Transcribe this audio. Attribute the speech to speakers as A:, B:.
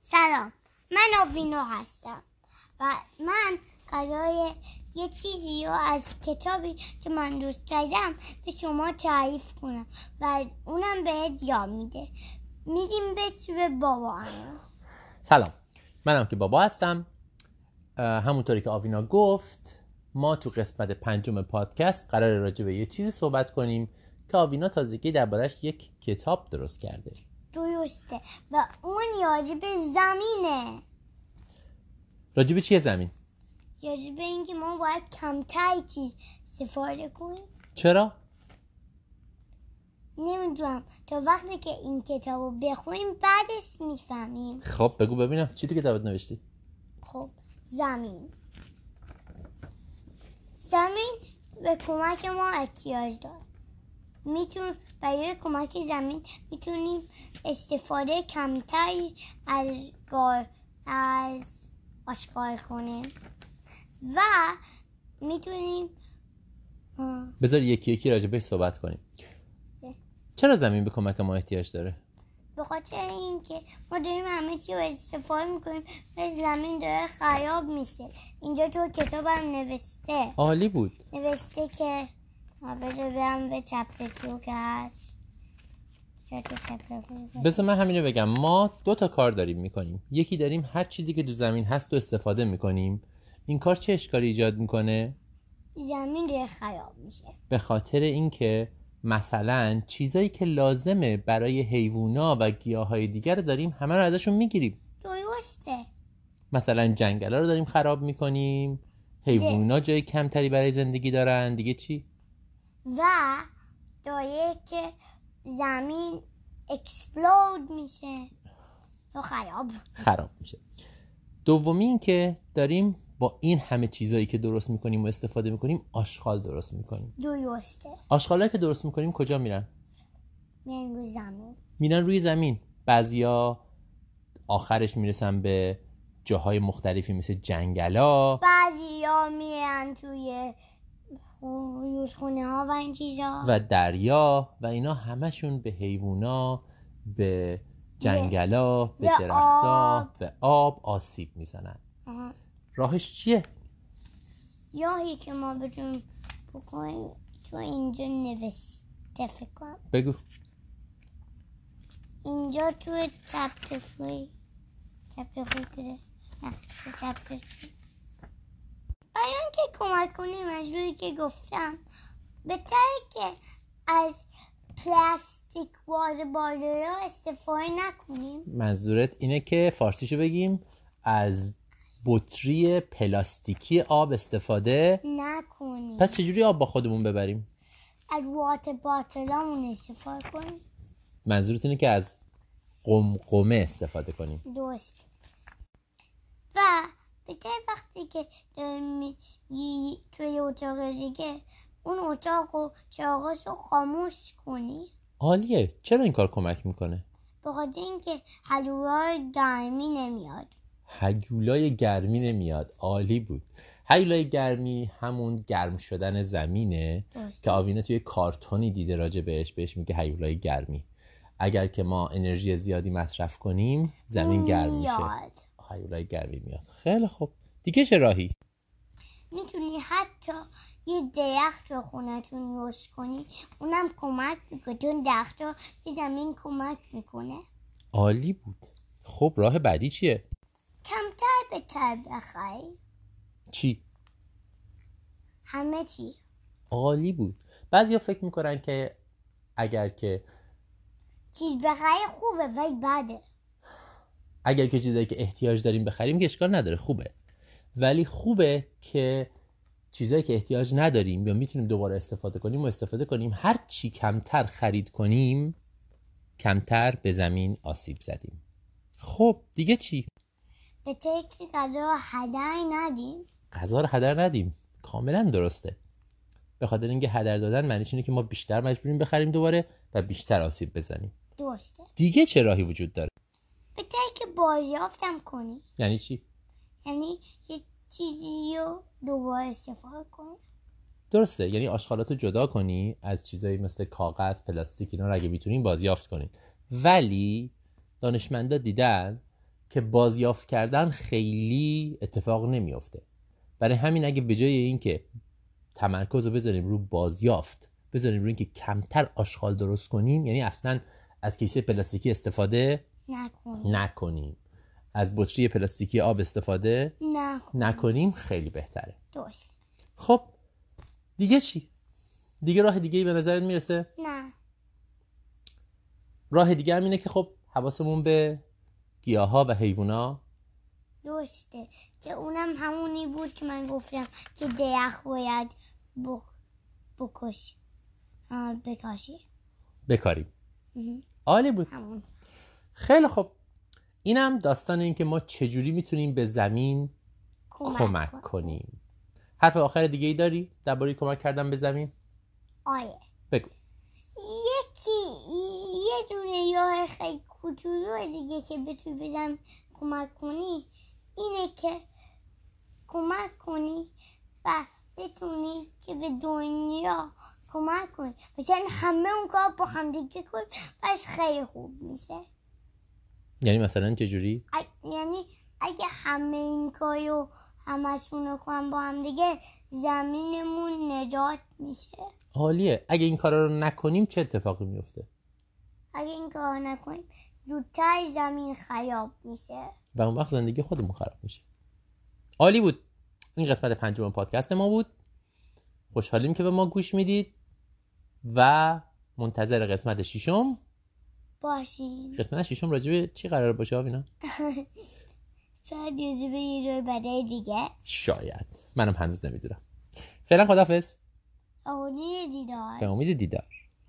A: سلام من آوینو هستم و من قرار یه چیزی رو از کتابی که من دوست کردم به شما تعریف کنم و اونم بهت یا میده میدیم بهت به بابا هم.
B: سلام منم که بابا هستم اه، همونطوری که آوینا گفت ما تو قسمت پنجم پادکست قرار راجع به یه چیزی صحبت کنیم که آوینا تازگی دربارش یک کتاب درست کرده
A: درسته و اون یاجب زمینه
B: راجع به چیه زمین
A: یاجب اینکه ما باید کمتر چیز استفاده کنیم
B: چرا
A: نمیدونم تا وقتی که این کتاب رو بخونیم بعدش میفهمیم
B: خب بگو ببینم چی تو کتابت نوشتی
A: خب زمین زمین به کمک ما احتیاج دارد میتون برای کمک زمین میتونیم استفاده کمتری از گار از آشکار کنیم و میتونیم
B: بذار یکی یکی راجع بهش صحبت کنیم چرا زمین به کمک ما احتیاج داره
A: به خاطر اینکه ما داریم همه چی رو استفاده میکنیم و زمین داره خراب میشه اینجا تو کتابم نوشته
B: عالی بود
A: نوشته که آه، بذار برم به چپتر تو که هست چه تو چپتر تو بود؟
B: بذار من همینو بگم ما دو تا کار داریم میکنیم یکی داریم هر چیزی که تو زمین هست رو استفاده میکنیم این کار چه اشکالی ایجاد میکنه
A: زمین داره خراب میشه
B: به خاطر اینکه مثلا چیزایی که لازمه برای حیوونا و گیاهای دیگر رو داریم همه رو ازشون میگیریم
A: درسته
B: مثلا جنگلا رو داریم خراب میکنیم حیوونا جای کمتری برای زندگی دارن دیگه چی
A: و داره که زمین اکسپلود میشه و خراب
B: خراب میشه دومی اینکه داریم با این همه چیزایی که درست میکنیم و استفاده میکنیم آشغال درست میکنیم
A: درسته
B: آشغالایی که درست میکنیم کجا میرن
A: میرن رو زمین
B: میرن روی زمین بعضیا آخرش میرسن به جاهای مختلفی مثل جنگلا
A: بعضی ها میرن توی خونه ها و این چیزا
B: و دریا و اینا همشون به حیوونا به جنگلا به
A: به
B: درختا
A: آب.
B: به آب آسیب میزنن
A: آها.
B: راهش چیه
A: راهی که ما بتونیم بکنیم تو اینجا نوشته فکر کنم
B: بگو
A: اینجا تو چپتر فوی چپتر فوی کده نه تو چپتر فوی برای اینکه کمک کنیم از روی که گفتم بهتره که از پلاستیک وارد بالا استفاده نکنیم
B: منظورت اینه که فارسیشو بگیم از بطری پلاستیکی آب استفاده
A: نکنیم
B: پس چجوری آب با خودمون ببریم
A: از واتر باتلامون استفاده کنیم
B: منظورت اینه که از قمقمه استفاده کنیم
A: درست و بهتر وقتی که داریم میری توی اتاق دیگه اون اتاق و چراغاش رو خاموش کنی
B: عالیه چرا این کار کمک میکنه
A: به خاطر اینکه حلوه دائمی نمیاد
B: هیولای گرمی نمیاد عالی بود هیولای گرمی همون گرم شدن زمینه
A: درست.
B: که آوینا توی کارتونی دیده راجع بهش بهش میگه هیولای گرمی اگر که ما انرژی زیادی مصرف کنیم زمین گرم میشه
A: میاد.
B: هیولای گرمی میاد خیلی خوب دیگه چه راهی
A: میتونی حتی یه درخت رو خونتون روش کنی اونم کمک میکنه چون درخت رو به زمین کمک میکنه
B: عالی بود خب راه بعدی چیه
A: کمتر بهتر بخری
B: چی
A: همه چی
B: عالی بود بعضیا فکر میکنن که اگر که
A: چیز بخری خوبه ولی بده
B: اگر که چیزایی که احتیاج داریم بخریم که اشکال نداره خوبه ولی خوبه که چیزایی که احتیاج نداریم یا میتونیم دوباره استفاده کنیم و استفاده کنیم هر چی کمتر خرید کنیم کمتر به زمین آسیب زدیم خب دیگه چی
A: به تکر قرار هدر ندیم
B: غذا رو هدر ندیم کاملا درسته به خاطر اینکه هدر دادن معنیش اینه که ما بیشتر مجبوریم بخریم دوباره و بیشتر آسیب بزنیم
A: درسته
B: دیگه چه راهی وجود داره
A: به که بازیافتم کنی
B: یعنی چی
A: یعنی یه چیزی رو دوباره استفاده کنی
B: درسته یعنی آشغالات رو جدا کنی از چیزایی مثل کاغذ پلاستیک اینا رو اگه میتونین بازیافت کنین ولی دانشمندا دیدن که بازیافت کردن خیلی اتفاق نمیافته برای همین اگه به جای اینکه تمرکز رو بذاریم رو بازیافت بذاریم روی اینکه کمتر آشغال درست کنیم یعنی اصلا از کیسه پلاستیکی استفاده
A: نکن
B: نکنیم از بطری پلاستیکی آب استفاده
A: نه
B: نکنیم خیلی بهتره
A: درست
B: خب دیگه چی دیگه راه دیگه به نظرت میرسه
A: نه
B: راه دیگه هم اینه که خب حواسمون به گیاها و حیوونا
A: درسته که اونم همونی بود که من گفتم که درخت باید بک... بکش آه، بکاشی
B: بکاریم
A: مهم.
B: عالی بود
A: همون
B: خیلی خب اینم داستان این که ما چجوری میتونیم به زمین
A: کمک,
B: کمک
A: کن.
B: کنیم حرف آخر دیگه ای داری درباره کمک کردن به زمین
A: آیه
B: بگو
A: یکی یه دونه راه خیلی کوچولو دیگه که بتونی بزن کمک کنی اینه که کمک کنی و بتونی که به دنیا کمک کنی مثلا همه اون کار با همدیگه کن پس خیلی خوب میشه
B: یعنی مثلا چجوری
A: ا- یعنی اگه همه این کار رو همشون رو کنن با هم دیگه زمینمون نجات میشه
B: عالیه اگه این کارا رو نکنیم چه اتفاقی میفته
A: اگه این کار رو نکنیم زودتر زمین خراب میشه
B: و اون وقت زندگی خودمون خراب میشه عالی بود این قسمت پنجم پادکست ما بود خوشحالیم که به ما گوش میدید و منتظر قسمت ششم
A: باشین
B: قسمت ششم راجع به چی قرار باشه آوینا
A: شاید یه زیبه یه جای بده دیگه
B: شاید منم هنوز نمیدونم فعلا خدافظ
A: آقایی
B: به
A: دیدار
B: امید دیدار